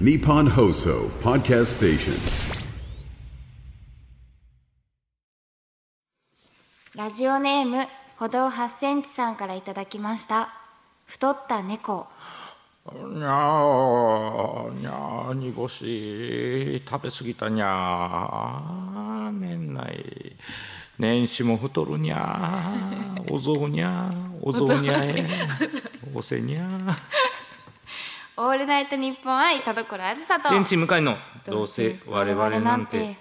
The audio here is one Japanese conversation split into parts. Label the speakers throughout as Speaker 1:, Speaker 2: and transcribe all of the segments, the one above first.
Speaker 1: Nippon Hoso Podcast Station.
Speaker 2: ラジオネーム歩道8センチさんからいただきました太った猫
Speaker 3: にゃーにゃー煮干し食べ過ぎたにゃー年内年始も太るにゃーお雑煮ゃーお雑煮ゃえおせにゃー
Speaker 2: オールナイトニッポン愛田所あずさと
Speaker 3: 天地向かいのどうせ我々なんて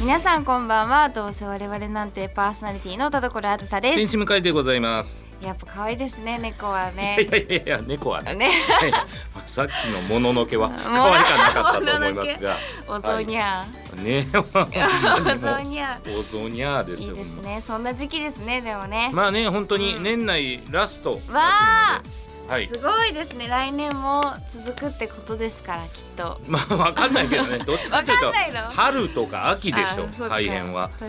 Speaker 2: 皆さんこんばんはどうせ我々なんてパーソナリティの田所あずさで
Speaker 3: 天
Speaker 2: す
Speaker 3: 使向かいでございます
Speaker 2: やっぱ可愛いですね猫はいね
Speaker 3: やいやいや猫はね
Speaker 2: ね
Speaker 3: はいまあさっきのもののけは可愛かなかったと思いますが
Speaker 2: お雑煮ゃ
Speaker 3: はい ね
Speaker 2: お雑煮ゃ
Speaker 3: お雑煮ゃーです
Speaker 2: いい
Speaker 3: よ
Speaker 2: ですねそんな時期ですねでもね、
Speaker 3: まあね本当に年内ラスト
Speaker 2: わあ
Speaker 3: らしいのではい
Speaker 2: すごいですね来年も続くってことですからきっと
Speaker 3: まあわかんないけ どねどっちかというと
Speaker 2: わかんないの
Speaker 3: 春とか秋でし
Speaker 2: あーそ
Speaker 3: ょ
Speaker 2: っか
Speaker 3: 大変は
Speaker 2: 確か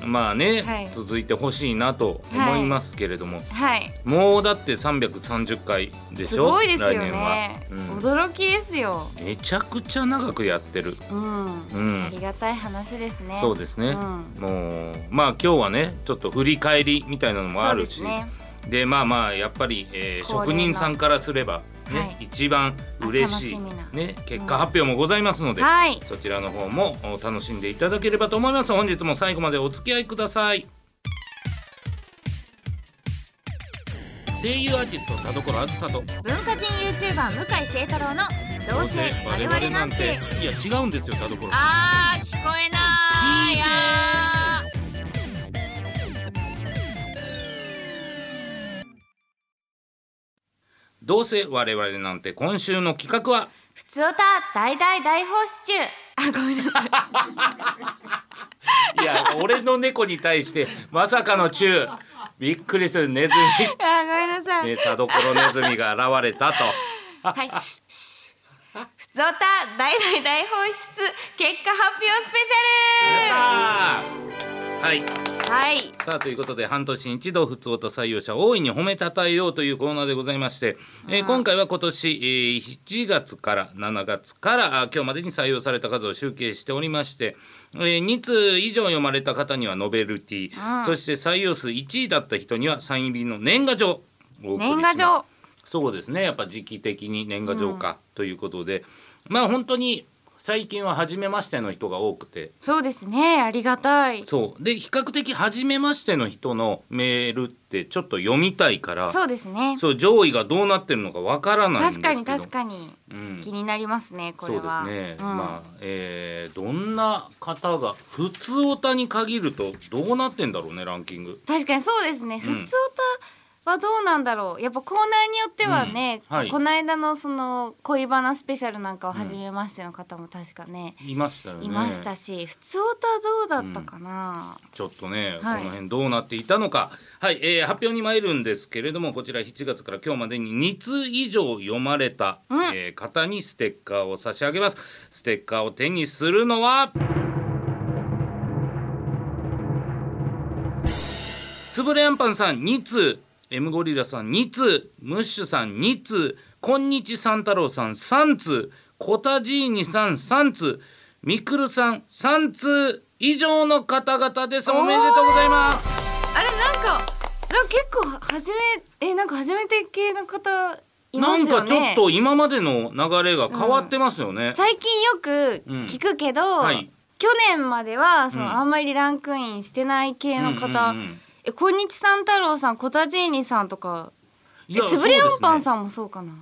Speaker 2: に
Speaker 3: まあね、
Speaker 2: はい
Speaker 3: 続いてほしいなと思いますけれども、
Speaker 2: はい
Speaker 3: もうだって330回でしょ
Speaker 2: すごいですよ
Speaker 3: 来年は
Speaker 2: ね、、
Speaker 3: う
Speaker 2: 驚きですよ
Speaker 3: ん、めちゃくちゃ長くやってる
Speaker 2: うん、
Speaker 3: うん
Speaker 2: ありがたい話ですね
Speaker 3: そうですね、
Speaker 2: うん
Speaker 3: もうまあ今日はねちょっと振り返りみたいなのもあるし
Speaker 2: そうですね
Speaker 3: でまあまあやっぱり、えー
Speaker 2: 恒例の
Speaker 3: 職人さんからすれば、ね
Speaker 2: はい
Speaker 3: 一番嬉しい
Speaker 2: あ楽しみな
Speaker 3: ね、結果発表もございますので、
Speaker 2: はい
Speaker 3: そちらの方もお楽しんでいただければと思います本日も最後までお付き合いください声優アーティスト田所あずさと
Speaker 2: 文化人 YouTuber 向井聖太郎の「どうせ我々なんて
Speaker 3: いや違うんですよ田所」
Speaker 2: あー聞こえないあー
Speaker 3: どうせ我々なんて今週の企 画は
Speaker 2: ふつおた大大大放出中あごめんなさい
Speaker 3: いや俺の猫に対してまさかのチューびっくりするネズ
Speaker 2: あーごめんなさ
Speaker 3: ミ、
Speaker 2: い、
Speaker 3: ね、田所 ネズミが現れたと
Speaker 2: はいシュッシュッふつおた大大大放出結果発表スペ
Speaker 3: あーはい
Speaker 2: シャルはい
Speaker 3: さあということで半年に一度普通と採用者を大いに褒めたたえようというコーナーでございまして、えー今回は今年、えー7月から7月からあー今日までに採用された数を集計しておりまして、え2通以上読まれた方にはノベルティ、そして採用数1位だった人にはサイン入りの年賀状をお送りしま
Speaker 2: 年賀
Speaker 3: す
Speaker 2: 状
Speaker 3: そうですねやっぱ時期的に年賀状か、ということでまあ本当に最近は初めましての人が多くて。
Speaker 2: そうですねありがたい
Speaker 3: そうで比較的初めましての人のメールってちょっと読みたいから
Speaker 2: そうですね
Speaker 3: そう上位がどうなってるのかわからないんです
Speaker 2: 確
Speaker 3: けど
Speaker 2: かに確かに
Speaker 3: うん
Speaker 2: 気になりますねこ
Speaker 3: そ
Speaker 2: れ
Speaker 3: うです
Speaker 2: は
Speaker 3: ね、
Speaker 2: うん
Speaker 3: まあ、えーどんな方が普通オタに限るとどうなってんだろうねランキング
Speaker 2: 確かにそうですね、普通歌はどうなんだろうやっぱコーナーによってはね、
Speaker 3: うんはい
Speaker 2: この間のその恋バナスペシャルなんかを初めましての方も確かね、
Speaker 3: いましたよね
Speaker 2: いましたし、普通歌どうだったかな、
Speaker 3: ちょっとね、
Speaker 2: はい
Speaker 3: この辺どうなっていたのか、はいえー発表に参るんですけれどもこちら7月から今日までに2通以上読まれた、えー方にステッカーを差し上げますステッカーを手にするのはつぶれあんぱんさん2通 M ゴリラさん2通ムッシュさん2通こんにち三太郎さん3通コタジーニさん3通みくるさん3通以上の方々ですおめでとうございます
Speaker 2: あれなんかなんか結構初めえなんか初めて系の方います
Speaker 3: な
Speaker 2: よね
Speaker 3: んかちょっと今までの流れが変わってますよね、
Speaker 2: 最近よく聞くけど、
Speaker 3: んはい
Speaker 2: 去年まではその、
Speaker 3: うん
Speaker 2: あんまりランクインしてない系の方、
Speaker 3: うんうんうん
Speaker 2: えこんにちさん太郎さんこたじいにさんとか
Speaker 3: い
Speaker 2: えつぶれあんぱん
Speaker 3: ん
Speaker 2: さんもそうかな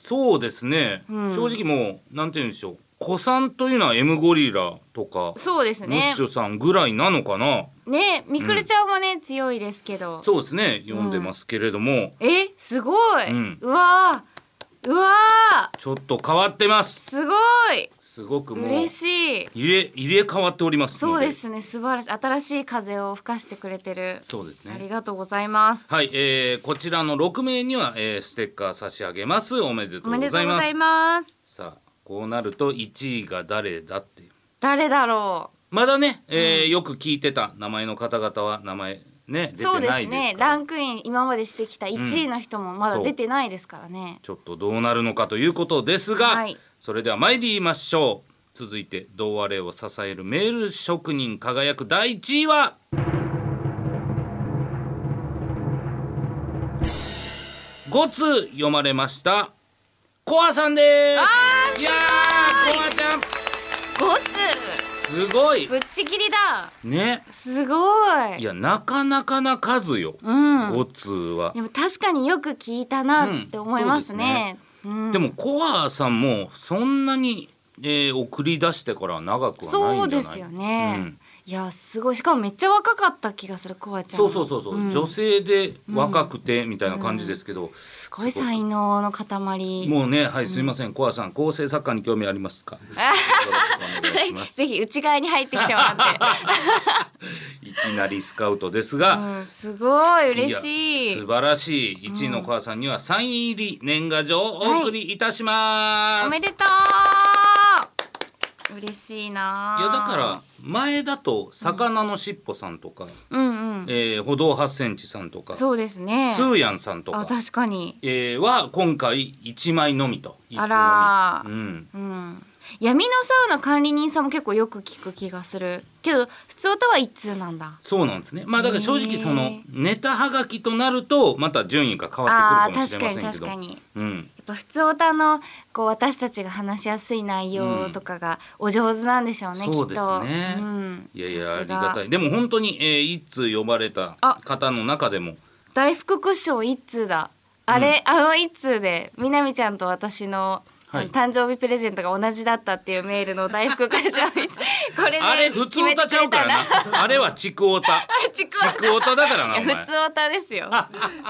Speaker 3: そうですね、
Speaker 2: うん
Speaker 3: 正直もうなんて言うんでしょう子さんというのは M ゴリラとか
Speaker 2: そうです
Speaker 3: ムッ
Speaker 2: ね
Speaker 3: シュさんぐらいなのかな
Speaker 2: ねみくるちゃんもね、強いですけど
Speaker 3: そうですね読んでますけれども、
Speaker 2: えすごい、
Speaker 3: う
Speaker 2: うんわーうわー
Speaker 3: ちょっと変わってます
Speaker 2: すごい
Speaker 3: すごくもう入
Speaker 2: 嬉しい
Speaker 3: れ入れ替わっております
Speaker 2: そ
Speaker 3: の
Speaker 2: う
Speaker 3: で
Speaker 2: ですね素晴らしい新しい風を吹かしてくれてる、
Speaker 3: そうです
Speaker 2: あり
Speaker 3: ね
Speaker 2: がとうございます
Speaker 3: はい、えー、こちらの6名には、えー、ステッカー差し上げますおめでと
Speaker 2: お
Speaker 3: う
Speaker 2: め
Speaker 3: ご
Speaker 2: でと
Speaker 3: ざいう
Speaker 2: ご
Speaker 3: ます
Speaker 2: ざいます
Speaker 3: さあこうなると1位が誰だっていう
Speaker 2: 誰だろう
Speaker 3: まだね、えーよく聞いてた名前の方々は名前ね出
Speaker 2: そう
Speaker 3: て
Speaker 2: で
Speaker 3: な
Speaker 2: す
Speaker 3: いで
Speaker 2: ね
Speaker 3: すか
Speaker 2: ラ
Speaker 3: ら
Speaker 2: ンクイン今までしてきた1位の人もまだ出てないですからね、
Speaker 3: ちょっとどうなるのかということですが、
Speaker 2: はい
Speaker 3: それでは参りましょう続いて童話霊を支えるメール職人輝く第1位は5通読まれましたコアさんですいやーコアち
Speaker 2: 5
Speaker 3: ゃんすごい
Speaker 2: つぶっちぎりだ
Speaker 3: ね
Speaker 2: すごい
Speaker 3: いやなかなかな数よ、
Speaker 2: うん
Speaker 3: 5通は
Speaker 2: でも確かによく聞いたなって思いますね,、うん
Speaker 3: でもコアさんもそんなに、えー送り出してからは長くはない
Speaker 2: そうん
Speaker 3: じゃ
Speaker 2: で
Speaker 3: ない
Speaker 2: すよね、
Speaker 3: うん
Speaker 2: いやすごいしかもめっちゃ若かった気がするコアちゃん
Speaker 3: そうそうそうそう、
Speaker 2: ん
Speaker 3: 女性で若くてみたいな感じですけど、
Speaker 2: すごい才能の塊
Speaker 3: もうねはいすみませんコアさん構成作家に興味ありますかよろしくお願いします
Speaker 2: ぜひ内側に入ってきてもらっ
Speaker 3: いきなりスカウトです
Speaker 2: て、
Speaker 3: が、
Speaker 2: うん、すごい
Speaker 3: いや
Speaker 2: 嬉しい
Speaker 3: 素晴らしい1位のコアさんにはサイン入り年賀状をお送りいたします、
Speaker 2: おめでとう嬉しいない
Speaker 3: やだから前だと魚のしっぽさんとか、
Speaker 2: らうんうん
Speaker 3: えー歩道8センチさんとかス
Speaker 2: そうですね
Speaker 3: ーヤンさんと
Speaker 2: あ
Speaker 3: か、
Speaker 2: 確かに
Speaker 3: えーは今回1枚のみと一通のみ
Speaker 2: あら
Speaker 3: うん、
Speaker 2: うん闇のサウナ管理人さんも結構よく聞く気がするけど普通とは一通なんだ
Speaker 3: そうなんですねまあだから正直そ
Speaker 2: へ
Speaker 3: の
Speaker 2: ー
Speaker 3: ネタはがきとなるとまた順位が変わ
Speaker 2: あ
Speaker 3: っ
Speaker 2: あ
Speaker 3: て
Speaker 2: ー
Speaker 3: くるかもし
Speaker 2: 確
Speaker 3: れま
Speaker 2: か
Speaker 3: せ
Speaker 2: に
Speaker 3: んけ
Speaker 2: 確かに
Speaker 3: どうん、
Speaker 2: やっぱ普通オタのこう私たちが話しやすい内容とかがお上手なんでしょうね、きっと
Speaker 3: そうですね、
Speaker 2: ん、
Speaker 3: いやいや
Speaker 2: さ
Speaker 3: あ
Speaker 2: す
Speaker 3: りがたいでも本当に、えー一通呼ばれた
Speaker 2: あ
Speaker 3: 方の中でも
Speaker 2: 大福クッション一通だあれ、あの一通でみなみちゃんと私の、
Speaker 3: はい
Speaker 2: 誕生日プレゼントが同じだったっていうメールの大福クッショ ン一通これで
Speaker 3: あれ普通オタちゃうからな
Speaker 2: 決めてくれた
Speaker 3: あれはちく おた
Speaker 2: ちく
Speaker 3: ちくおただからなお
Speaker 2: わいや
Speaker 3: 前
Speaker 2: 普通オタです よ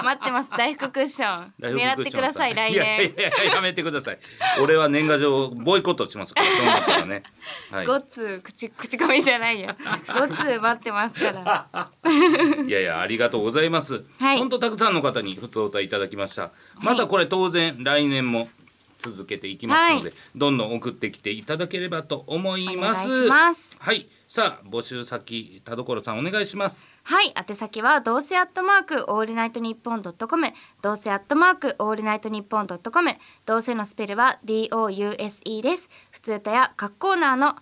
Speaker 2: 待ってます大福クッション
Speaker 3: 大
Speaker 2: 狙
Speaker 3: 福
Speaker 2: っ
Speaker 3: クッ
Speaker 2: て
Speaker 3: シ
Speaker 2: く
Speaker 3: ョン
Speaker 2: だ
Speaker 3: さ
Speaker 2: さ
Speaker 3: ん
Speaker 2: い来
Speaker 3: いや
Speaker 2: 年
Speaker 3: いやいややめてください俺は年賀状をボイコットしますからそうなったらね、はい、
Speaker 2: ごつ口 口コミじゃないよごつ待ってますから
Speaker 3: いやいやありがとうございます。
Speaker 2: はい
Speaker 3: 本当たくさんの方に普通お歌いただきました。またこれ当然来年も続けていきますので、
Speaker 2: はい
Speaker 3: どんどん送ってきていただければと思います。
Speaker 2: お願いします
Speaker 3: はい、さあ募集先田所さんお願い します。
Speaker 2: はい宛先はどうせアットマークオールナイトニッポンドットコムどうせアットマークオールナイトニッポンドットコムどうせのスペルは DOUSE です普通歌や各コーナーのあ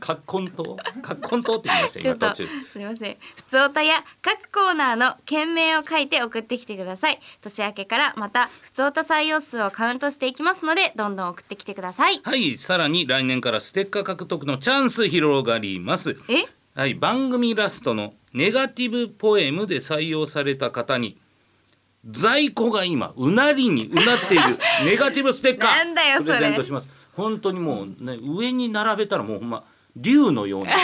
Speaker 3: カッコン島、カッコン島って言いました
Speaker 2: ちょ
Speaker 3: 今
Speaker 2: っと
Speaker 3: 途中。
Speaker 2: すみません普通歌や各コーナーの件名を書いて送ってきてください年明けからまた普通歌採用数をカウントしていきますのでどんどん送ってきてください
Speaker 3: はい、さらに来年からステッカー獲得のチャンス広がります。
Speaker 2: え
Speaker 3: はい、番組ラストのネガティブポエムで採用された方に在庫が今うなりにうなっているネガティブステッカー
Speaker 2: なんだよそれ
Speaker 3: プレゼントします本当にもうね上に並べたらもうほんま竜 のような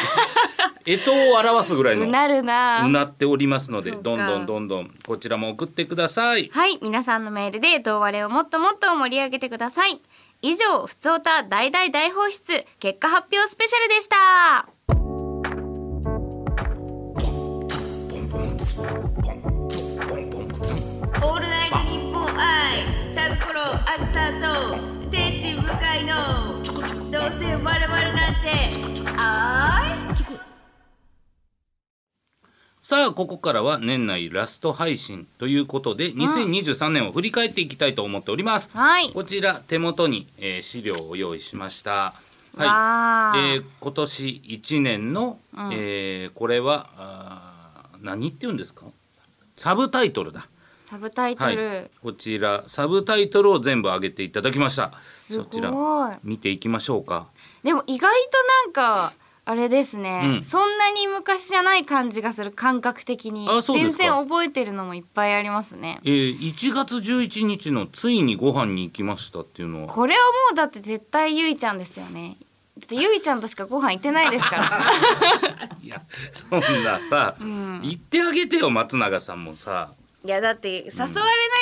Speaker 3: 干支を表すぐらいの
Speaker 2: うなるな
Speaker 3: うなっておりますので
Speaker 2: そうか
Speaker 3: どんどんどんどんこちらも送ってください
Speaker 2: はい皆さんのメールで童話れをもっともっと盛り上げてください以上「ふつおた大大大放出」結果発表スペシャルでした「オールナイトニッポン愛タルコロあずさと天使向かいのどうせ我々なんてあい
Speaker 3: さあここからは年内ラスト配信ということで2023年を振り返っていきたいと思っております、
Speaker 2: はい
Speaker 3: こちら手元に、えー資料を用意しました
Speaker 2: わ
Speaker 3: は
Speaker 2: あ
Speaker 3: い、えー今年1年の、えーこれはあー何って言うんですかサブタイトルだ
Speaker 2: サブタイト
Speaker 3: はい
Speaker 2: ル、、
Speaker 3: こちらサブタイトルを全部上げていただきました
Speaker 2: す
Speaker 3: そちら
Speaker 2: ごい
Speaker 3: 見ていきましょうか
Speaker 2: でも意外となんかあれですね、
Speaker 3: うん
Speaker 2: そんなに昔じゃない感じがする感覚的に
Speaker 3: あそうで
Speaker 2: 全
Speaker 3: すか
Speaker 2: 然覚えてるのもいっぱいありますね
Speaker 3: えー1月11日の「ついにご飯に行きました」っていうのは
Speaker 2: これはもうだって絶対ゆいちゃんですよねだってゆいちゃんとしかご飯行ってないですから
Speaker 3: いやそんなさ、言ってあげてよ松永さんもさ
Speaker 2: いやだって誘われない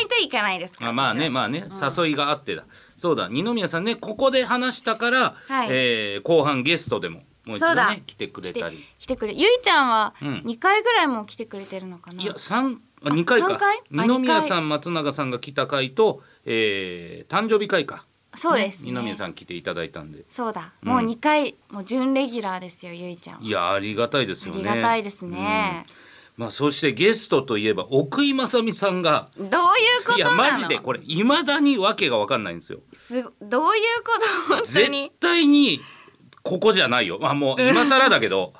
Speaker 2: といかないですから、
Speaker 3: あまあねまあね、誘いがあってだそうだ二宮さんねここで話したから、
Speaker 2: はい
Speaker 3: えー後半ゲストでももう一
Speaker 2: そ
Speaker 3: 度
Speaker 2: うだ
Speaker 3: ね来てくれ
Speaker 2: 来て
Speaker 3: たり
Speaker 2: 来てくれゆいちゃんは
Speaker 3: うん
Speaker 2: 2回ぐらいもう来てくれてるのかない
Speaker 3: や三あ二回か
Speaker 2: 三回あ
Speaker 3: 二宮
Speaker 2: 二
Speaker 3: さん松永さんが来た回と、えー誕生日会か
Speaker 2: そうですね
Speaker 3: 二宮さん来ていただいたんで
Speaker 2: そうだ
Speaker 3: うん
Speaker 2: もう2回、もう準レギュラーですよゆいちゃんはい
Speaker 3: やありがたいですよ
Speaker 2: あ
Speaker 3: ね
Speaker 2: りがたいですね
Speaker 3: うんまあ、そしてゲストといえば奥井正美さんが
Speaker 2: どういうこと
Speaker 3: い
Speaker 2: な
Speaker 3: や
Speaker 2: の
Speaker 3: マジでこれいまだに訳が分かんないんですよ。
Speaker 2: すごどういうこと本当
Speaker 3: 絶
Speaker 2: に、
Speaker 3: 対にここじゃないよ、まあ、もう今更だけど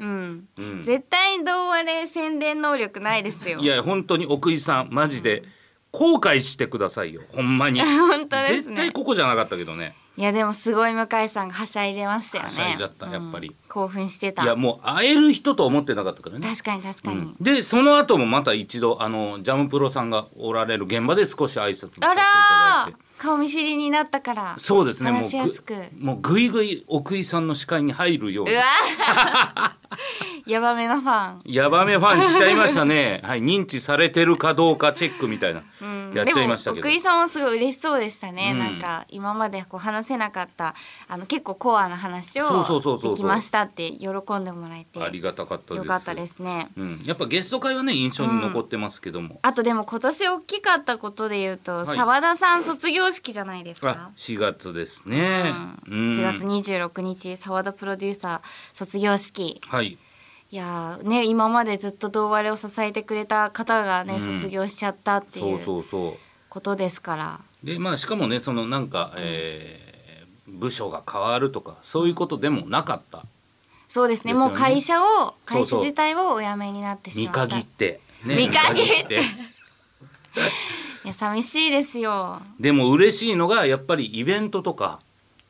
Speaker 2: うん
Speaker 3: ん
Speaker 2: 絶対どうあれ宣伝能力ないですよ
Speaker 3: いや本当に奥井さんマジで後悔してくださいよほんまに
Speaker 2: 本当ですね
Speaker 3: 絶対ここじゃなかったけどね
Speaker 2: いやでもすごい向井さんがはしゃいでましたよね
Speaker 3: はしゃいじゃったやっぱり
Speaker 2: うん興奮してた
Speaker 3: いやもう会える人と思ってなかったからね。
Speaker 2: 確かに確かに、
Speaker 3: うんでその後もまた一度あのジャムプロさんがおられる現場で少し挨拶もさせていた
Speaker 2: あ
Speaker 3: だい
Speaker 2: ら
Speaker 3: て
Speaker 2: ー顔見知りになったから
Speaker 3: そうですねもう
Speaker 2: 話しやすく
Speaker 3: ぐもうぐいぐい奥井さんの視界に入るよう
Speaker 2: う
Speaker 3: に
Speaker 2: わーヤバめなファン
Speaker 3: ヤバめファンしちゃいましたねはい認知されてるかどうかチェックみたいな、やっちゃいました
Speaker 2: で
Speaker 3: けど
Speaker 2: も奥井さんはすごい嬉しそうでしたね、
Speaker 3: うん
Speaker 2: なんか今までこう話せなかったあの結構コアな話を
Speaker 3: そうそうそうそうそう
Speaker 2: できましたって喜んでもらえて
Speaker 3: ありがたかったです
Speaker 2: よかったですね
Speaker 3: うん、やっぱゲスト会はね印象に残ってますけども、
Speaker 2: あとでも今年大きかったことで言うと、
Speaker 3: はい
Speaker 2: 澤田さん卒業式じゃないです
Speaker 3: あ
Speaker 2: か
Speaker 3: 4月ですね、うん
Speaker 2: 4月26日澤田プロデューサー卒業式
Speaker 3: はい
Speaker 2: いやーね今までずっと童話れを支えてくれた方がね、
Speaker 3: うん
Speaker 2: 卒業しちゃったってい
Speaker 3: そう
Speaker 2: う
Speaker 3: そうそう
Speaker 2: ことですから
Speaker 3: でまあしかもねそのなんか、えー部署が変わるとかそういうことでもなかった
Speaker 2: そうですね
Speaker 3: ですよ
Speaker 2: も
Speaker 3: ね
Speaker 2: う会社を会社
Speaker 3: そう
Speaker 2: 自体をお辞めになってし
Speaker 3: 見
Speaker 2: まった
Speaker 3: 限って、ね、
Speaker 2: 見限って
Speaker 3: 見限
Speaker 2: いや寂しいですよ
Speaker 3: でも嬉しいのがやっぱりイベントとか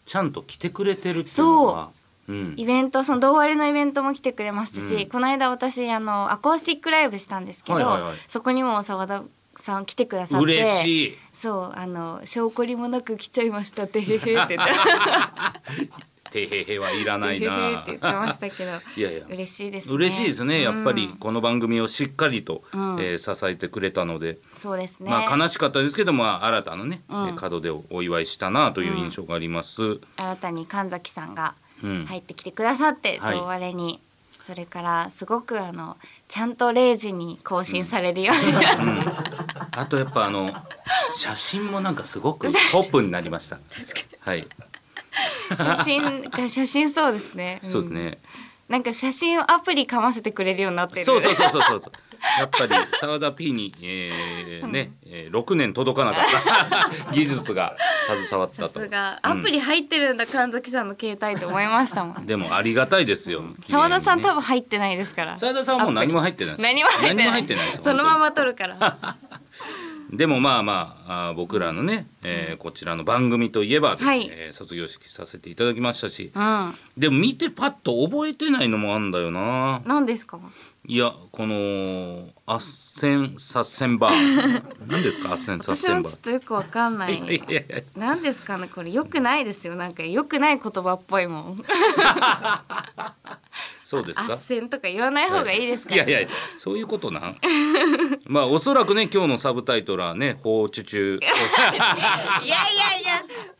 Speaker 3: ちゃんと来てくれてるっていうのがう、ん、
Speaker 2: イベントその童話れのイベントも来てくれましたし、
Speaker 3: うん
Speaker 2: この間私あのアコースティックライブしたんですけど、
Speaker 3: はいはいはい
Speaker 2: そこにも澤田さん来てくださって
Speaker 3: 嬉しい
Speaker 2: そうあの証拠りもなく来ちゃいましたってへへへ って言って
Speaker 3: てへへはいらない
Speaker 2: へへへっ
Speaker 3: な
Speaker 2: て言ってましたけど
Speaker 3: いやいや
Speaker 2: 嬉しいですね
Speaker 3: 嬉しいですねやっぱ
Speaker 2: う
Speaker 3: り
Speaker 2: ん
Speaker 3: この番組をしっかりと、
Speaker 2: うん
Speaker 3: えー支えてくれたので、
Speaker 2: そうですね、
Speaker 3: まあ悲しかったですけどまあ新たなね、
Speaker 2: うん
Speaker 3: えー門出をお祝いしたなという印象があります、
Speaker 2: 新たに神崎さんが
Speaker 3: うん
Speaker 2: 入ってきてくださって、
Speaker 3: はい
Speaker 2: 同割れに、それからすごくあのちゃんと0時に更新されるよう になる、
Speaker 3: あとやっぱ あの写真もなんかすごくポップになりましたはい
Speaker 2: 写真写真そうですね、ん
Speaker 3: そうですね、
Speaker 2: なんか写真をアプリかませてくれるようになってる
Speaker 3: そうそうそうそうそうそうやっぱり澤田 P に、えーね、えー、6年届かなかった 技術が携わった
Speaker 2: さ
Speaker 3: と
Speaker 2: すがアプリ入ってるんだ、神崎さんの携帯って思いましたもん
Speaker 3: でもありがたいですよ
Speaker 2: 澤田さん
Speaker 3: 綺麗
Speaker 2: 多
Speaker 3: にね
Speaker 2: 分入ってないですから
Speaker 3: 澤田さんはもう何も入ってないです
Speaker 2: 何も入ってない
Speaker 3: 何も入ってないです
Speaker 2: そのまま撮るから
Speaker 3: でもまあまああー僕らのね、えーこちらの番組といえば、
Speaker 2: はい
Speaker 3: えー卒業式させていただきましたし
Speaker 2: うん
Speaker 3: でも見てパッと覚えてないのもあんだよな
Speaker 2: 何ですか
Speaker 3: いやこのアッセンサッセンバ ー何ですかアッセンサッ
Speaker 2: 私
Speaker 3: セン
Speaker 2: も
Speaker 3: バ
Speaker 2: ちょっ
Speaker 3: ー
Speaker 2: とよくわかんない
Speaker 3: いやいやい
Speaker 2: 何ですかねこれ良くないですよなんか良くない言葉っぽいもん
Speaker 3: そうです
Speaker 2: あ
Speaker 3: か
Speaker 2: っせんとか言わない方がいいですか
Speaker 3: いやいやいやそういうこと なんまあおそらくね今日のサブタイトルはね放 置中
Speaker 2: いやいやいや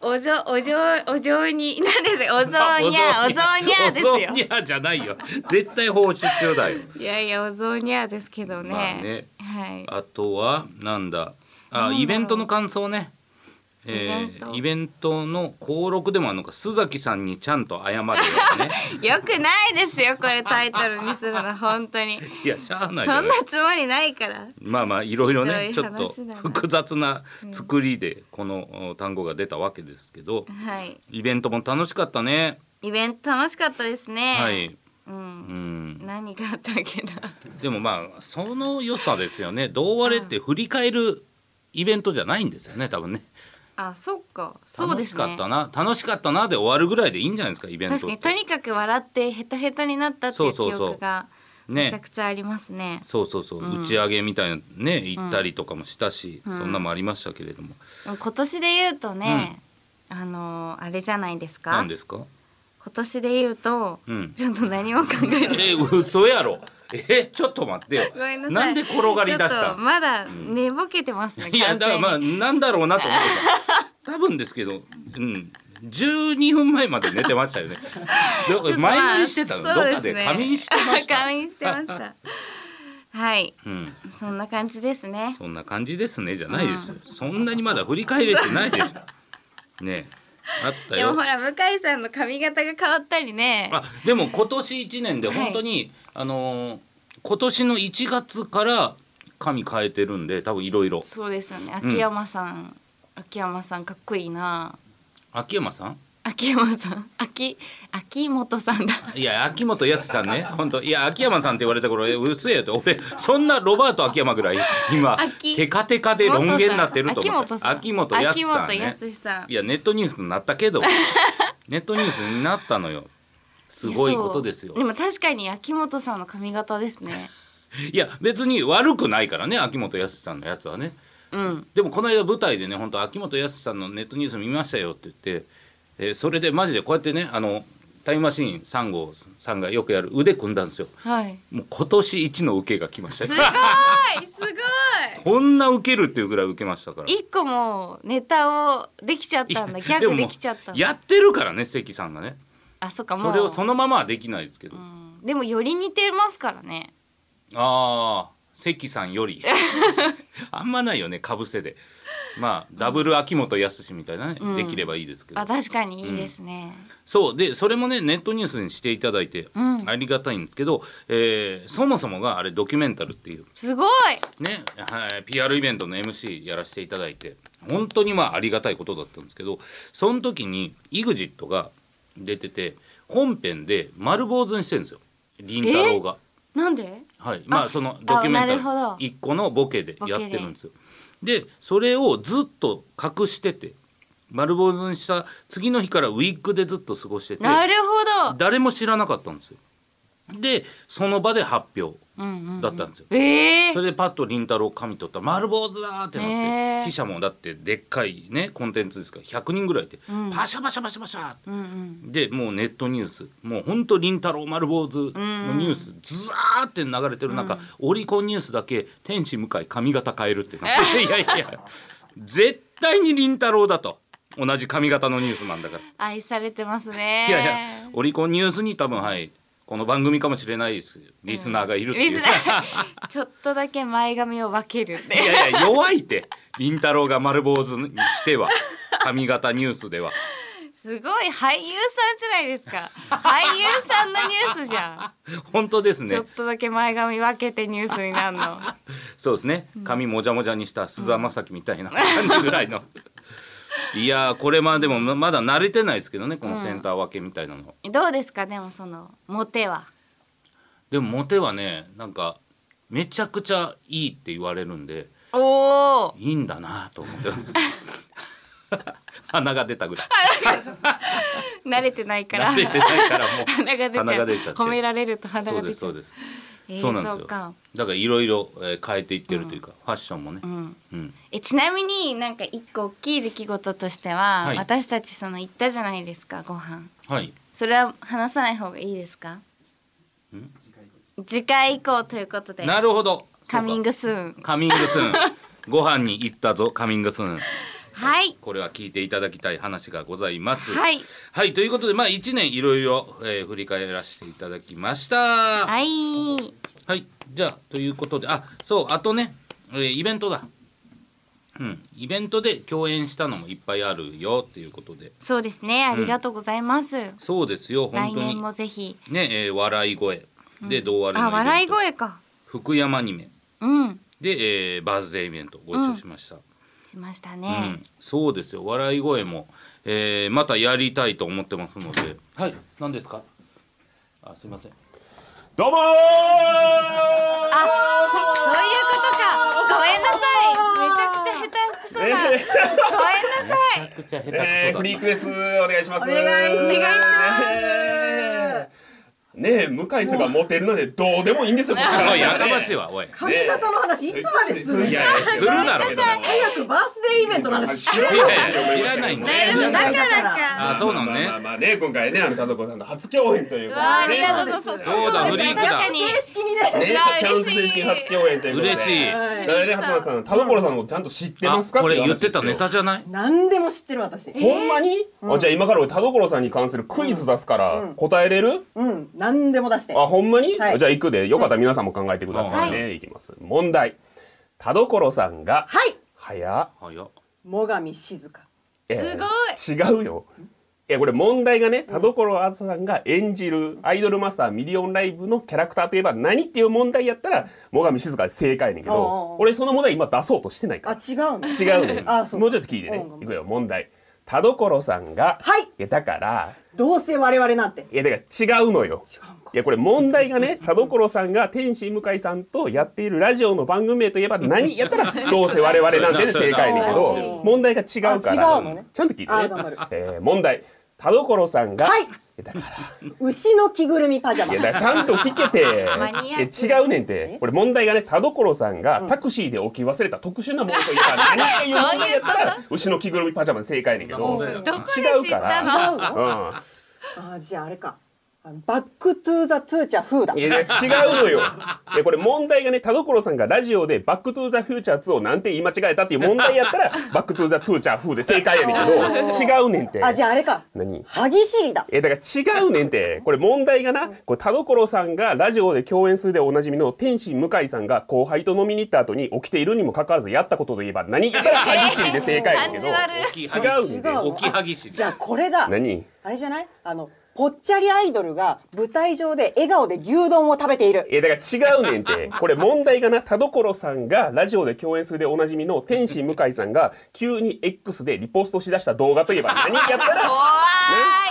Speaker 2: おじょおじょお嬢に何ですかお雑にゃお雑にゃです
Speaker 3: お雑
Speaker 2: よ
Speaker 3: にゃじゃないよ絶対放置中だよ
Speaker 2: いやいやお雑にゃですけどね,、
Speaker 3: まあね
Speaker 2: はい
Speaker 3: あとはなんだ
Speaker 2: なんだろ
Speaker 3: あ
Speaker 2: う
Speaker 3: イベントの感想ね
Speaker 2: イ
Speaker 3: え
Speaker 2: ベント
Speaker 3: ーイベントの登録でもあるのか須崎さんにちゃんと謝るよね
Speaker 2: よくないですよこれタイトルにするの本当に
Speaker 3: いやしゃあないじゃ
Speaker 2: そ
Speaker 3: なんい
Speaker 2: なつもりないから
Speaker 3: まあまあいろいろね
Speaker 2: ひど
Speaker 3: ち
Speaker 2: い
Speaker 3: ょっと
Speaker 2: 話だな
Speaker 3: 複雑な作りでこのお単語が出たわけですけど、
Speaker 2: はい
Speaker 3: イベントも楽しかったね。
Speaker 2: イベント楽しかったですね
Speaker 3: はい、
Speaker 2: う
Speaker 3: うんん、
Speaker 2: 何があったっけな
Speaker 3: でもまあその良さですよね。どう割れって振り返るイベントじゃないんですよね多分ね。
Speaker 2: あそっかそう
Speaker 3: 楽
Speaker 2: で
Speaker 3: し
Speaker 2: す
Speaker 3: かっ
Speaker 2: ね
Speaker 3: たな、楽しかったなで終わるぐらいでいいんじゃないですかイベントっ
Speaker 2: 確
Speaker 3: て。
Speaker 2: かにとにかく笑ってヘタヘタになったっていう記
Speaker 3: そうそうそう
Speaker 2: 憶が
Speaker 3: ね
Speaker 2: めちゃくちゃありますね
Speaker 3: そうそうそう、打ち上げみたいなね行ったりとかもしたし、そんなもありましたけれども、
Speaker 2: でも今年で言うとね、あのーあれじゃないですか
Speaker 3: なんですか？
Speaker 2: 今年で言うと、
Speaker 3: うん
Speaker 2: ちょっと何も考えてない
Speaker 3: え嘘やろ。えちょっと待ってよ
Speaker 2: ごめん。なさい
Speaker 3: なんで転がり出した？
Speaker 2: ちょっとまだ寝ぼけてますね、
Speaker 3: いやだからまあ
Speaker 2: 完全に
Speaker 3: なんだろうなと思って た多分ですけどうん12分前まで寝てまし たよねど
Speaker 2: ちょっとまあ
Speaker 3: 前乗りしてたの、
Speaker 2: そう
Speaker 3: どっ
Speaker 2: で
Speaker 3: か
Speaker 2: すね
Speaker 3: で仮眠してまし た
Speaker 2: 仮眠してま したはい
Speaker 3: うん
Speaker 2: そんな感じですね
Speaker 3: そんな感じですねじゃないですよ、そんなにまだ振り返れてないでしょねえあった
Speaker 2: でも
Speaker 3: よ
Speaker 2: ほら向井さんの髪型が変わったりね
Speaker 3: あでも今年1年で本当に、あのー今年の1月から髪変えてるんで多分いろいろ
Speaker 2: そうですよね秋山さん、秋山さんかっこいいな
Speaker 3: 秋山さん
Speaker 2: 秋山さん秋秋元さ んだ
Speaker 3: いや秋元康さんね本当いや秋山さんって言われた頃えうっせえよって俺そんなロバート秋山ぐらい今
Speaker 2: 秋
Speaker 3: テカテカでロン毛になってると思って
Speaker 2: 元さん
Speaker 3: 秋元康さん
Speaker 2: 秋
Speaker 3: ね
Speaker 2: 元康さん
Speaker 3: いやネットニュースになった けどネットニュースになったのよすごいことですよ
Speaker 2: そうでも確かに秋元さんの髪型です ね
Speaker 3: いや別に悪くないからね秋元康さんのやつはね
Speaker 2: うん
Speaker 3: でもこの間舞台でね本当秋元康さんのネットニュース見ましたよって言って、えーそれでマジでこうやってねあのタイムマシーン3号さんがよくやる腕組んだんですよ
Speaker 2: はい
Speaker 3: もう今年一の受けが来ました
Speaker 2: す
Speaker 3: よ
Speaker 2: ごいすご
Speaker 3: こんな受けるっていうぐらい受けましたから
Speaker 2: い一個もうネタをできちゃったんだギャ
Speaker 3: で
Speaker 2: グ
Speaker 3: もも
Speaker 2: で
Speaker 3: う
Speaker 2: きちゃったんだ
Speaker 3: やってるからね関さんがね
Speaker 2: あそっかも
Speaker 3: そうれをそのままはできないですけど、
Speaker 2: うんでもより似てますからね
Speaker 3: ああ関さんより あんまないよねかぶせでまあダブル秋元康みたいなね、
Speaker 2: うん
Speaker 3: できればいいですけど
Speaker 2: あ確かにいいですね、
Speaker 3: そうでそれもねネットニュースにしていただいて
Speaker 2: うん
Speaker 3: ありがたいんですけど、えーそもそもがあれドキュメンタルっていう
Speaker 2: すごい
Speaker 3: ね、はい、PR イベントの MC やらせていただいて本当にまあありがたいことだったんですけどその時に EXIT が出てて本編で丸坊主にしてるんですよ凛太郎が。
Speaker 2: なんで
Speaker 3: はい、まあそのドキュメンタ
Speaker 2: な
Speaker 3: リ
Speaker 2: るほ
Speaker 3: ー
Speaker 2: ど
Speaker 3: 一個のボケでやってるんですよ。でそれをずっと隠してて丸坊主にした次の日からウィッグでずっと過ごしてて
Speaker 2: なるほど
Speaker 3: 誰も知らなかったんですよ。でその場で発表
Speaker 2: うんうん
Speaker 3: だったんですよ。
Speaker 2: ええ
Speaker 3: それでパッと凛太郎髪取ったら丸坊主だーってなって、
Speaker 2: へー
Speaker 3: 記者もだってでっかいねコンテンツですから100人ぐらいいて、
Speaker 2: ん
Speaker 3: パシャパシャパシャパシャって
Speaker 2: うんうん
Speaker 3: でもうネットニュースもうほんとりんたろー丸坊主のニュースずーって流れてる中、オリコンニュースだけ「天使向井髪型変える」ってなって いやいや絶対にりんたろーだと同じ髪型のニュースなんだから。
Speaker 2: 愛されてますね
Speaker 3: いやいやオリコンニュースに多分はいこの番組かもしれないですリスナーがいるっていう、
Speaker 2: リスナ ーちょっとだけ前髪を分けるって
Speaker 3: いやいや弱いって凛太郎が丸坊主にしては髪型ニュースでは
Speaker 2: すごい俳優さんじゃないですか 俳優さんのニュースじゃ
Speaker 3: 本当です
Speaker 2: ん、ち
Speaker 3: ね
Speaker 2: ょっとだけ前髪分けてニュースになる の
Speaker 3: そうですね髪もじゃもじゃにした須田将暉みたいな感じぐらいの、いやーこれまあでもままだ慣れてないですけどねこのセンター分けみたいなの、
Speaker 2: どうですかでもそのモテは
Speaker 3: でもモテはねなんかめちゃくちゃいいって言われるんで
Speaker 2: おお
Speaker 3: いいんだなと思ってます 鼻が出たぐらい
Speaker 2: 慣れてないから
Speaker 3: 慣れてないからもう
Speaker 2: 鼻が出ちゃう
Speaker 3: 鼻が出ちゃって
Speaker 2: 褒められると鼻
Speaker 3: そ
Speaker 2: が
Speaker 3: うで
Speaker 2: 出
Speaker 3: す
Speaker 2: ちゃ
Speaker 3: そう
Speaker 2: う
Speaker 3: です
Speaker 2: えー
Speaker 3: そうなんです
Speaker 2: そう
Speaker 3: よ。
Speaker 2: か
Speaker 3: だからいろいろえー変えていってるというか、ファッションもね。
Speaker 2: うん
Speaker 3: うん。
Speaker 2: えちなみになんか一個大きい出来事としては、
Speaker 3: はい
Speaker 2: 私たちその行ったじゃないですかご飯
Speaker 3: はい。
Speaker 2: それは話さない方がいいですか次回以降ということで
Speaker 3: なるほど。
Speaker 2: カミン
Speaker 3: グ。
Speaker 2: グスーン
Speaker 3: カミングスーン。ご飯に行ったぞカミングスーン。
Speaker 2: はい
Speaker 3: これは聞いていただきたい話がございます。
Speaker 2: はい。
Speaker 3: はいということでまあ一年いろいろえー振り返らせていただきました。は
Speaker 2: はい
Speaker 3: い。じゃあということであそうあとね、えーイベントだ。うん、イベントで共演したのもいっぱいあるよっていうことで
Speaker 2: そうですねありがとうございます、
Speaker 3: そうですよ本
Speaker 2: 来
Speaker 3: 当に
Speaker 2: 年もぜひ
Speaker 3: ねえー笑い声でどうあれのイベ
Speaker 2: あ
Speaker 3: ント
Speaker 2: 笑い声か
Speaker 3: 福山アニメ
Speaker 2: うん
Speaker 3: で、えーバースデーイベントご一緒しました、
Speaker 2: しました
Speaker 3: うん
Speaker 2: ね、
Speaker 3: そうですよ笑い声も、えーまたやりたいと思ってますのではい何ですかあすいません
Speaker 4: どうもー
Speaker 2: あそういうことかごめんなさいめちゃくちゃ下手くそだ、ごめんなさい
Speaker 3: めちゃくちゃ下手くそだ、
Speaker 4: えー、フリークエスお願いしますお
Speaker 2: 願いしますお願いします
Speaker 4: すねえ向井さんがモテるのでどうでもいいんですよこっちから
Speaker 3: おいやかましいわおい
Speaker 5: 髪型の話いつまでするん
Speaker 4: いや
Speaker 5: だ
Speaker 4: いや
Speaker 3: するだろそれは
Speaker 5: 早くバースデーイベントの話しろ
Speaker 3: いやいやいらないんだよ
Speaker 2: でもだから
Speaker 3: あ
Speaker 2: か
Speaker 3: ーそうなの
Speaker 4: まあ
Speaker 3: ね
Speaker 4: まあまあね今回ねあの加藤子さんの初共演ということで
Speaker 2: わあありがとうそうそう
Speaker 3: そうだ
Speaker 2: ですね
Speaker 3: フリークだ
Speaker 2: 確かに
Speaker 5: 正式にね
Speaker 4: ね
Speaker 2: うわ
Speaker 4: チャン
Speaker 2: 嬉し
Speaker 4: ス
Speaker 2: い
Speaker 4: 正式初共演ということで
Speaker 3: 嬉しい
Speaker 4: だからね初田さん田所さんをちゃんと知って
Speaker 3: あ
Speaker 4: ますか
Speaker 3: これ
Speaker 4: いう話
Speaker 3: 言っ
Speaker 4: です
Speaker 3: て
Speaker 4: よ
Speaker 3: たネタじゃない
Speaker 5: 何でも知ってる私
Speaker 4: ほんまに、あじゃあ今から俺田所さんに関するクイズ出すから、答えれる
Speaker 5: うん何でも出し て
Speaker 4: あほんまに、
Speaker 5: はい
Speaker 4: じゃあ行くでよかったら皆さんも考えてくださいね、い、きます問題田所さんが
Speaker 5: はい
Speaker 4: はや
Speaker 3: 早っ
Speaker 5: 最上静香
Speaker 4: え
Speaker 2: すごい
Speaker 4: 違うよいやこれ問題がね田所あずささんが演じるアイドルマスターミリオンライブのキャラクターといえば何っていう問題やったら最上静香正解やねんけ
Speaker 5: おうおうお
Speaker 4: ど
Speaker 5: う
Speaker 4: 俺その問題今出そうとしてない
Speaker 5: あ
Speaker 4: か
Speaker 5: 違うの。
Speaker 4: ら違うねん
Speaker 5: あそう
Speaker 4: もうちょっと聞いてね
Speaker 5: うん
Speaker 4: いくよ問題田所さんが
Speaker 5: はい
Speaker 4: やだから
Speaker 5: どうせ我々なんて。
Speaker 4: いやだから違うのよいやこれ問題がね田所さんが天使向井さんとやっているラジオの番組名と いえば何やったらどうせ我々なんてで正解やねんけ
Speaker 5: そうやなそうや
Speaker 4: ど
Speaker 5: な
Speaker 4: 問題が違うか
Speaker 5: あ
Speaker 4: ら
Speaker 5: 違うのね
Speaker 4: ちゃんと聞いて
Speaker 5: あ
Speaker 4: ね
Speaker 5: 頑張る。
Speaker 4: えー問題田所さんが、
Speaker 5: はい
Speaker 4: いやだか
Speaker 5: 牛の着ぐるみパジャ
Speaker 4: らい
Speaker 5: マ。
Speaker 4: やだからちゃんと聞けて
Speaker 2: マニアック
Speaker 4: いや違うねんてこれ問題がね田所さんがタクシーで置き忘れた特殊なものといえば 何っていう問題やったら牛の着ぐるみパジャマで正解やねんけ
Speaker 3: そ
Speaker 4: ど
Speaker 3: うだ
Speaker 4: 違
Speaker 3: よ
Speaker 2: どこで
Speaker 4: う
Speaker 2: 知っ
Speaker 4: か
Speaker 2: た
Speaker 4: ら。
Speaker 2: の
Speaker 5: 違うの。
Speaker 4: うん
Speaker 5: あじゃああれか。あのバックトゥーザトゥーチャーフーだ。
Speaker 4: いや違うのよ。いやこれ問題がね田所さんがラジオで「バック・トゥ・ザ・フューチャー2」をなんて言い間違えたっていう問題やったら「バック・トゥ・ザ・フューチャー風」で正解やねんけど違うねんて。
Speaker 5: あじゃああれか。
Speaker 4: 何
Speaker 5: 歯ぎしりだ。
Speaker 4: えだから違うねんてこれ問題がなこれ田所さんがラジオで共演するでおなじみの天心向井さんが後輩と飲みに行った後に起きているにもかかわらずやったことといえば何言ったら歯ぎしりで正解やねんけ
Speaker 2: 感
Speaker 4: ど
Speaker 2: じ悪い
Speaker 3: き
Speaker 4: 違うねんて
Speaker 5: 違う
Speaker 3: 置きはぎし
Speaker 5: じゃあこれだ。
Speaker 4: 何
Speaker 5: あれじゃない？あのぽっちゃりアイドルが舞台上で笑顔で牛丼を食べている。
Speaker 4: えだから違うねん てこれ問題がな田所さんがラジオで共演するでおなじみの天心向井さんが急に X でリポストしだした動画といえ ば何やったら、ね、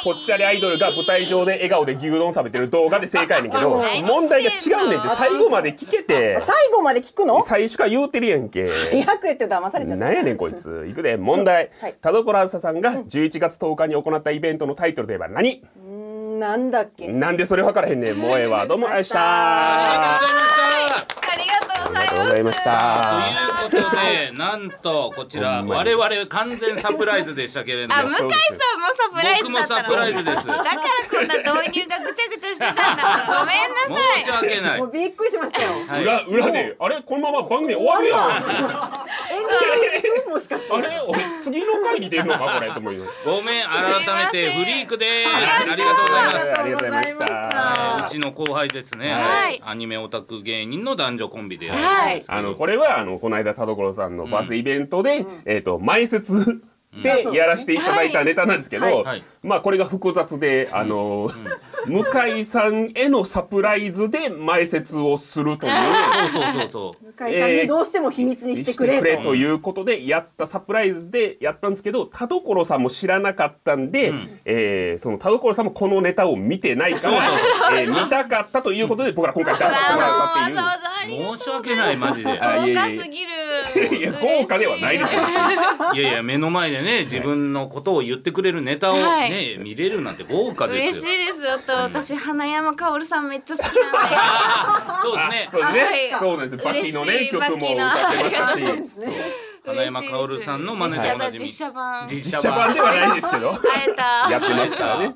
Speaker 4: ぽっちゃりアイドルが舞台上で笑顔で牛丼食べてる動画で正解やねんけど
Speaker 2: 何
Speaker 4: 問題が違うねんて最後まで聞けて
Speaker 5: 最後まで聞くの？
Speaker 4: 最初から言うてるやんけ。
Speaker 5: 200円って騙されちゃった。
Speaker 4: なんやねんこいついくで問題、
Speaker 5: はい
Speaker 4: 田所あずささんが11月10日に行ったイベントのタイトルといえば何
Speaker 5: なんだっけ。
Speaker 4: なんでそれ分からへんねんもうええわどうもありがとうございました
Speaker 2: ありがとうござい
Speaker 4: ありがとうございました
Speaker 3: ということで、なんとこちら
Speaker 4: ほんま
Speaker 3: 我
Speaker 4: に
Speaker 3: 々完全サプライズでしたけれど
Speaker 2: あ、
Speaker 3: も
Speaker 2: 向井さんもサプライズだったの
Speaker 3: 僕もサプライズです
Speaker 2: だからこんな導入がぐちゃぐちゃしてたんだごめんなさい
Speaker 3: 申し訳ない
Speaker 5: もうびっくりしましたよ。
Speaker 3: はい
Speaker 4: 裏裏であれこのまま番組終わるやん
Speaker 5: エンディングに行くもしかして。
Speaker 4: あれ俺次の回に出るのかこれと思うよ
Speaker 3: ごめん改め
Speaker 2: す
Speaker 3: て
Speaker 2: いません
Speaker 3: フリークですありがとうございます
Speaker 4: ありがとうございました
Speaker 3: うちの後輩ですね、アニメオタク芸人の男女コンビでやってるんですけど、
Speaker 4: あのこれはあのこの間田所さんのバースデーイベントで、えっ、と前説でやらせていただいたネタなんですけど、
Speaker 5: はい
Speaker 3: はい
Speaker 4: まあこれが複雑であの、向井さんへのサプライズで前説をするという。
Speaker 3: そうそうそうそう
Speaker 5: 向井さんにどうしても秘密にしてくれと。
Speaker 4: してということでやったサプライズでやったんですけど田所さんも知らなかったんで、えーその田所さんもこのネタを見てないから、えー見たかったということで僕ら今回出させてもらったって
Speaker 2: もうわざわざありがとう
Speaker 3: 申し訳ないマジで
Speaker 4: あいえ
Speaker 2: 豪
Speaker 4: いえ
Speaker 2: 華すぎ
Speaker 4: いう
Speaker 2: る
Speaker 4: いや豪華ではないですよ
Speaker 3: いやいや目の前でね自分のことを言ってくれるネタをね、
Speaker 2: はい
Speaker 3: 見れるなんて豪華で
Speaker 2: 嬉し
Speaker 3: す
Speaker 2: い
Speaker 3: よ
Speaker 2: ですよと私花山かおるさんめっちゃ好きなんで
Speaker 3: そうですね
Speaker 4: そうですね、
Speaker 2: はい
Speaker 4: そうなんですバキの
Speaker 2: 嬉し
Speaker 4: ね
Speaker 2: い
Speaker 4: 曲も歌ってましたし
Speaker 5: そうですね。
Speaker 3: 花山薫さんの真似
Speaker 2: 嬉しい
Speaker 3: で
Speaker 2: です
Speaker 3: おなじみ
Speaker 2: 実写版実写
Speaker 4: 実写版ではないですけど
Speaker 2: 版会えた
Speaker 4: やってますからね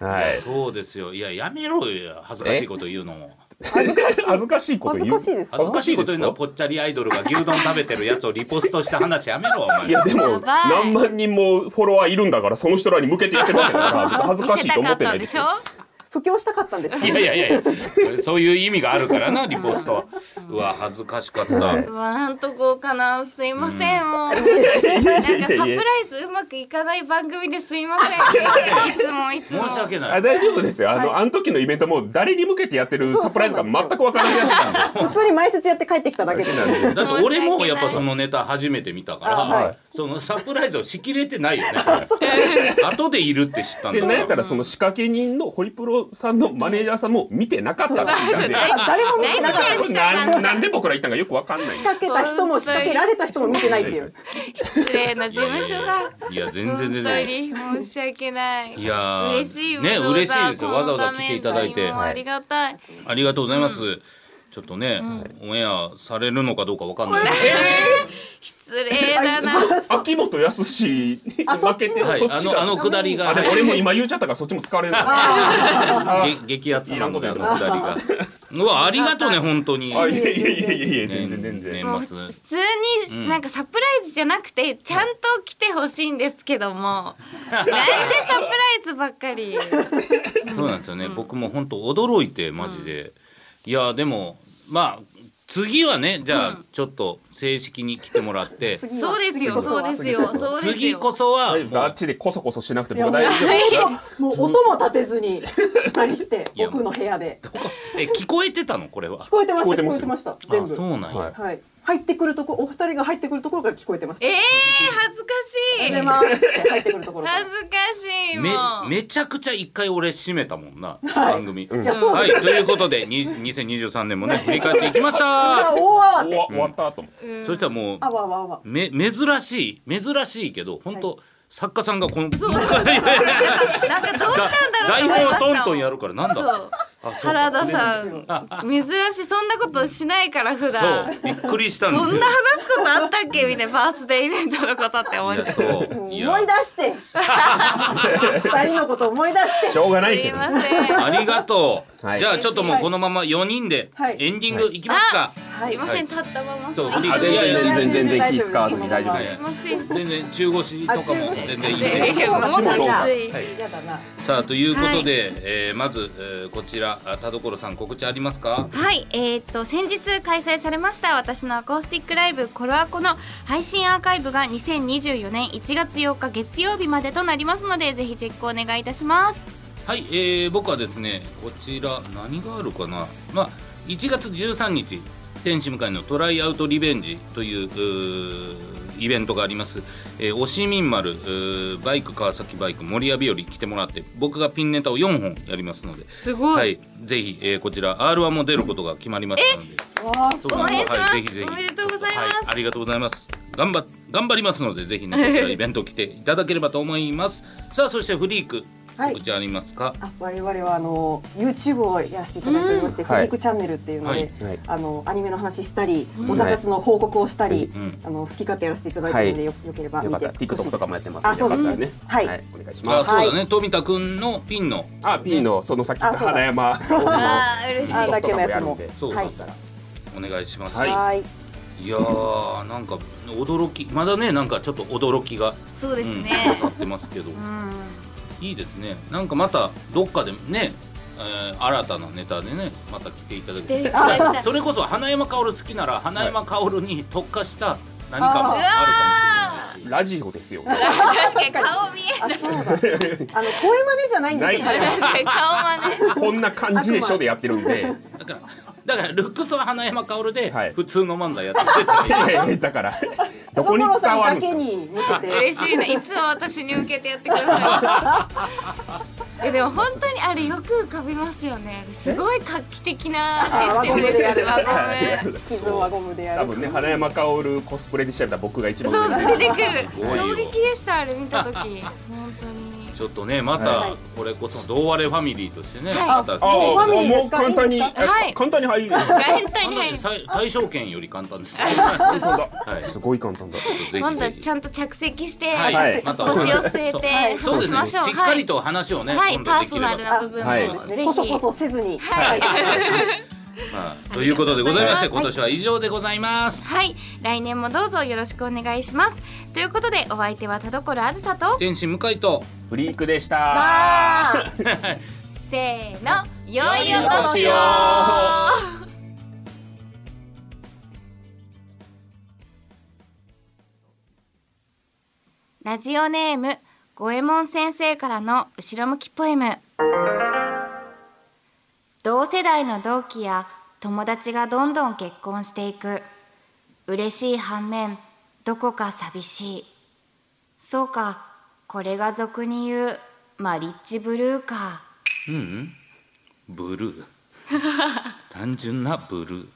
Speaker 4: はい
Speaker 3: そうですよいややめろよ恥ずかしいこと言うのも
Speaker 4: 恥ずかしい恥ずかしいこと言う
Speaker 5: 恥ずかしいですか
Speaker 3: 恥ずかしいこと言うのは
Speaker 4: 恥ずかしいですか
Speaker 3: ぽっちゃりアイドルが牛丼食べてるやつをリポストした話やめろお前
Speaker 4: いやで
Speaker 2: や
Speaker 4: も
Speaker 2: ばい
Speaker 4: 何万人もフォロワーいるんだからその人らに向けてやってるわけだから別に恥ずかしいと思ってない
Speaker 2: 見
Speaker 4: で
Speaker 2: せ
Speaker 4: す
Speaker 2: た
Speaker 4: よ
Speaker 2: かったんでしょ
Speaker 5: 布教したかったんです。
Speaker 3: いやいやいやいやそういう意味があるからなリポストはうわ恥ずかしかった
Speaker 2: うわなんと豪華なすいません、もうなんかサプライズうまくいかない番組ですいませんいつもいつも
Speaker 3: 申し訳な
Speaker 4: あ
Speaker 3: い
Speaker 4: 大丈夫ですよあの、あの時のイベントも誰に向けてやってるサプライズが全く分からなかったんで
Speaker 5: 普通に前説やって帰ってきただけで。
Speaker 3: だって俺もやっぱそのネタ初めて見たから、
Speaker 5: あはい
Speaker 3: そのサプライズを仕切れてないよね後でいるって知ったん
Speaker 4: で
Speaker 3: だ
Speaker 4: なんやった
Speaker 3: から
Speaker 4: らその仕掛け人のホリプロさんのマネージャーさんも見てなかったって言ったんで
Speaker 5: 誰も見てなかった。仕
Speaker 4: なんなんで僕ら行ったんかよく分かんないんです
Speaker 5: 掛けた人も仕掛けられた人も見てないっていう。
Speaker 2: 失礼な事務所だ
Speaker 3: いや全
Speaker 2: 本当
Speaker 3: 然全然
Speaker 2: に申し訳ない
Speaker 3: いやー
Speaker 2: 嬉しいわ
Speaker 3: ね
Speaker 2: ざわざ
Speaker 3: 嬉しいですよ
Speaker 2: この
Speaker 3: わざわざ来ていただいて
Speaker 2: 画面もありがたい、
Speaker 3: ありがとうございます、ちょっとね、オンエアされるのかどうかわかんないですけど
Speaker 2: 失礼だな
Speaker 4: 秋元康に
Speaker 5: あそ
Speaker 4: 負
Speaker 5: っち
Speaker 4: けて
Speaker 5: の
Speaker 3: はい、あのあのくだりが、は
Speaker 4: あで
Speaker 3: い
Speaker 4: も俺も今言っちゃったからそっちも使われるの
Speaker 3: げ激アツなのであのくだりが。うわありがとうね本当に。
Speaker 4: あいやいやいやいやいや全然全然、
Speaker 2: もう
Speaker 3: 年
Speaker 2: 普
Speaker 3: 末。
Speaker 2: 通になんかサプライズじゃなくてちゃんと来てほしいんですけど も、なんでサプライズばっかり
Speaker 3: そうなんですよね、僕も本当驚いてマジで、いやでもまあ次はねじゃあちょっと正式に来てもらって
Speaker 5: 次は
Speaker 2: そうですよ、そうですよ、そうです
Speaker 3: 次
Speaker 2: よ。
Speaker 3: こそは
Speaker 4: 大丈夫ですかあっちでこそこそしなくて
Speaker 5: いや
Speaker 4: も
Speaker 5: もう
Speaker 4: 大丈夫ですか
Speaker 5: もう音も立てずに二人して
Speaker 3: いや
Speaker 5: 奥の部屋で
Speaker 3: え聞こえてたのこれは
Speaker 5: 聞こえてました
Speaker 4: 聞こ
Speaker 5: 聞こ
Speaker 4: え
Speaker 5: え
Speaker 4: て
Speaker 5: て
Speaker 4: ま
Speaker 5: ますした全
Speaker 3: あ
Speaker 5: 部
Speaker 3: そうなんや、
Speaker 4: はい
Speaker 5: はい入ってくるとこお二人が入ってくるところから聞こえてました。
Speaker 2: ええー、恥ずかしい。
Speaker 5: 出ますって入ってくるところから
Speaker 2: 恥。ずかしいもう。
Speaker 3: めめちゃくちゃ一回俺閉めたもんな、番組、
Speaker 5: いやそう
Speaker 3: は
Speaker 5: で
Speaker 3: いということでに2023年もね振り返っていきまし
Speaker 5: あ
Speaker 3: た
Speaker 5: おわーっ
Speaker 4: 終
Speaker 5: て
Speaker 4: わ終わったと思う
Speaker 3: そしたらもう
Speaker 5: あわあわあわ。
Speaker 3: め珍しい珍しいけど本当、作家さんがこの
Speaker 2: そうなんかどうしたんだろうと
Speaker 3: 台
Speaker 2: 思いま
Speaker 3: 本
Speaker 2: し
Speaker 3: を
Speaker 2: た
Speaker 3: トントンやるからなんだ
Speaker 2: そう
Speaker 3: あそう
Speaker 2: 原田さ
Speaker 5: そう
Speaker 2: ん珍しいそんなことしないから普
Speaker 3: そ
Speaker 2: 段
Speaker 3: うびっくりしたん
Speaker 2: そ
Speaker 3: で
Speaker 2: んな話すことあったっけみたいなバースデーイベントのことって思っ
Speaker 3: い
Speaker 2: て
Speaker 3: や
Speaker 2: す
Speaker 3: そう
Speaker 5: 思
Speaker 3: い
Speaker 5: い出
Speaker 3: や
Speaker 5: して。二人のこと思い出して。
Speaker 4: しょうがないけ
Speaker 2: い
Speaker 4: ど
Speaker 2: ません
Speaker 3: ありがとう、
Speaker 4: はい
Speaker 3: じゃあちょっともうこのまま4人で
Speaker 5: はい
Speaker 3: エンディングいきますか、
Speaker 2: すいません立ったまま
Speaker 3: そう
Speaker 2: い
Speaker 4: あ全然全然全然気使わずに大丈夫
Speaker 2: す
Speaker 4: で
Speaker 2: い
Speaker 4: す
Speaker 2: ません
Speaker 3: 全然中腰とかも
Speaker 5: あ中腰
Speaker 3: 全然いい
Speaker 2: いや
Speaker 3: で
Speaker 2: いやもっときつい
Speaker 3: はい
Speaker 5: やだな。
Speaker 3: さあということで、えーまず、えーこちらあ田所さん告知ありますか
Speaker 2: はい、えーっと先日開催されました私のアコースティックライブコロアコの配信アーカイブが2024年1月8日月曜日までとなりますのでぜひチェックお願いいたします。
Speaker 3: はい、えー僕はですねこちら何があるかな、まあ、1月13日天使向かいのトライアウトリベンジといううーイベントがあります、えー、おしみん丸うーバイク川崎バイク森谷日和来てもらって僕がピンネタを4本やりますので、
Speaker 2: すご
Speaker 3: はいぜひ、えーこちら R1 も出ることが決まりましたので
Speaker 5: わあ
Speaker 3: そ
Speaker 2: 応援します
Speaker 3: はいぜひぜひ
Speaker 2: おめでとうございます
Speaker 3: はいありがとうございます頑張っ頑張りますのでぜひねこちらイベント来ていただければと思いますさあそしてフリーク
Speaker 5: はい
Speaker 3: 告知ありますか、
Speaker 5: あ我々はあの YouTube をやらせていただいておりまして、
Speaker 4: ん
Speaker 5: フリークチャンネルっていうので、
Speaker 3: はい
Speaker 4: はい
Speaker 5: あのアニメの話したり、
Speaker 4: ん
Speaker 5: オタ活の報告をしたり、
Speaker 3: うん
Speaker 5: あの好き勝手やらせていただいてるので、よよければ
Speaker 4: よ
Speaker 5: 見
Speaker 4: かってた
Speaker 5: ほしいで
Speaker 4: TikTok
Speaker 5: す
Speaker 4: とかもやってます
Speaker 5: あそうです
Speaker 4: よかったらね
Speaker 5: はい
Speaker 4: お願いし
Speaker 3: あ
Speaker 4: ま
Speaker 5: は
Speaker 4: す
Speaker 5: い
Speaker 3: そうだね富田くんのピンの
Speaker 4: あ P のそのさっき言った
Speaker 5: あそうだ
Speaker 4: 花山
Speaker 2: あー嬉しい
Speaker 5: あだけのやつ
Speaker 4: も
Speaker 5: も
Speaker 3: そう
Speaker 5: はい
Speaker 3: お願いします、
Speaker 4: はい
Speaker 5: はい
Speaker 3: い、やーなんか驚きまだねなんかちょっと驚きが
Speaker 2: そうですね。
Speaker 3: うん、刺さってますけど
Speaker 2: うん、
Speaker 3: いいですねなんかまたどっかでね、えー新たなネタでねまた来ていただ
Speaker 2: 来
Speaker 3: き
Speaker 2: ていただきた
Speaker 3: はいい。それこそ花山薫好きなら花山薫に特化した何かもあるかもしれないし
Speaker 4: ラジオですよ
Speaker 2: 確かに顔見え
Speaker 5: あそうだあの声真似じゃないんですよ
Speaker 4: な
Speaker 5: 彼
Speaker 4: い
Speaker 5: は
Speaker 2: 確かに顔真似。
Speaker 4: こんな感じでしょでやってるんで
Speaker 3: だからだからルックスは花山薫で
Speaker 4: はい
Speaker 3: 普通の漫才やってくれたらいい
Speaker 4: いやいや だからどこに
Speaker 5: 所さ
Speaker 4: 伝
Speaker 5: ん
Speaker 4: わる
Speaker 5: だ
Speaker 4: んです
Speaker 5: けに向けて
Speaker 2: 嬉しいな、いつも私に向けてやってください。えでも本当にあれよく浮かびますよね。あれすごい画期的なシステムですよね。輪ゴム。
Speaker 4: か
Speaker 5: 傷を輪ゴムでや
Speaker 4: 多
Speaker 5: る
Speaker 4: 分ね花山薫コスプレで調べたら僕が一番
Speaker 2: そう出
Speaker 4: 上です
Speaker 2: てくる
Speaker 3: すごいよ
Speaker 2: 衝撃でしたあれ見た時本当に
Speaker 3: ちょっとねまたこれこそ同割れファミリーとしてね、
Speaker 2: はい
Speaker 3: また
Speaker 4: あ
Speaker 5: もうファミ
Speaker 4: あ
Speaker 5: リーで
Speaker 4: もう
Speaker 5: すか
Speaker 4: 簡単に
Speaker 5: いいです
Speaker 2: かはい
Speaker 4: え簡単に入る
Speaker 2: 大体に入る
Speaker 3: 最対象権より簡 単です、は
Speaker 4: 簡単だ
Speaker 3: い、
Speaker 4: すごい簡単だ
Speaker 3: ぜ
Speaker 2: 今度は
Speaker 3: ひ
Speaker 2: ち
Speaker 3: ぜ
Speaker 2: ゃんと着席して、
Speaker 3: はい
Speaker 4: はい
Speaker 2: 腰を据えて
Speaker 5: はい
Speaker 3: ひ
Speaker 2: 話し
Speaker 3: そうです
Speaker 2: ま
Speaker 3: ね
Speaker 2: し
Speaker 3: し
Speaker 2: ょう
Speaker 3: っかりと話をね、
Speaker 2: はい、
Speaker 3: 今
Speaker 2: パー
Speaker 3: 度でき
Speaker 2: ソ
Speaker 3: れば
Speaker 2: ナルな部分も、
Speaker 4: はい
Speaker 5: そうです
Speaker 2: ぜ
Speaker 5: ねこそこ
Speaker 2: ひ
Speaker 5: そせずに
Speaker 2: はい
Speaker 3: はいということでございまして今年は以上でございます、
Speaker 2: はい来年もどうぞよろしくお願いしますということでお相手は田所あずさと
Speaker 3: 天心向 井と
Speaker 4: フリークでした
Speaker 2: せーの良い
Speaker 3: 良いお
Speaker 2: お年
Speaker 3: 年
Speaker 2: を
Speaker 3: を
Speaker 2: ラジオネーム五右衛門先生からの後ろ向きポエム同世代の同期や友達がどんどん結婚していく嬉しい反面どこか寂しいそうかこれが俗に言うマリッジブルーか
Speaker 3: うん、ブルー単純なブルー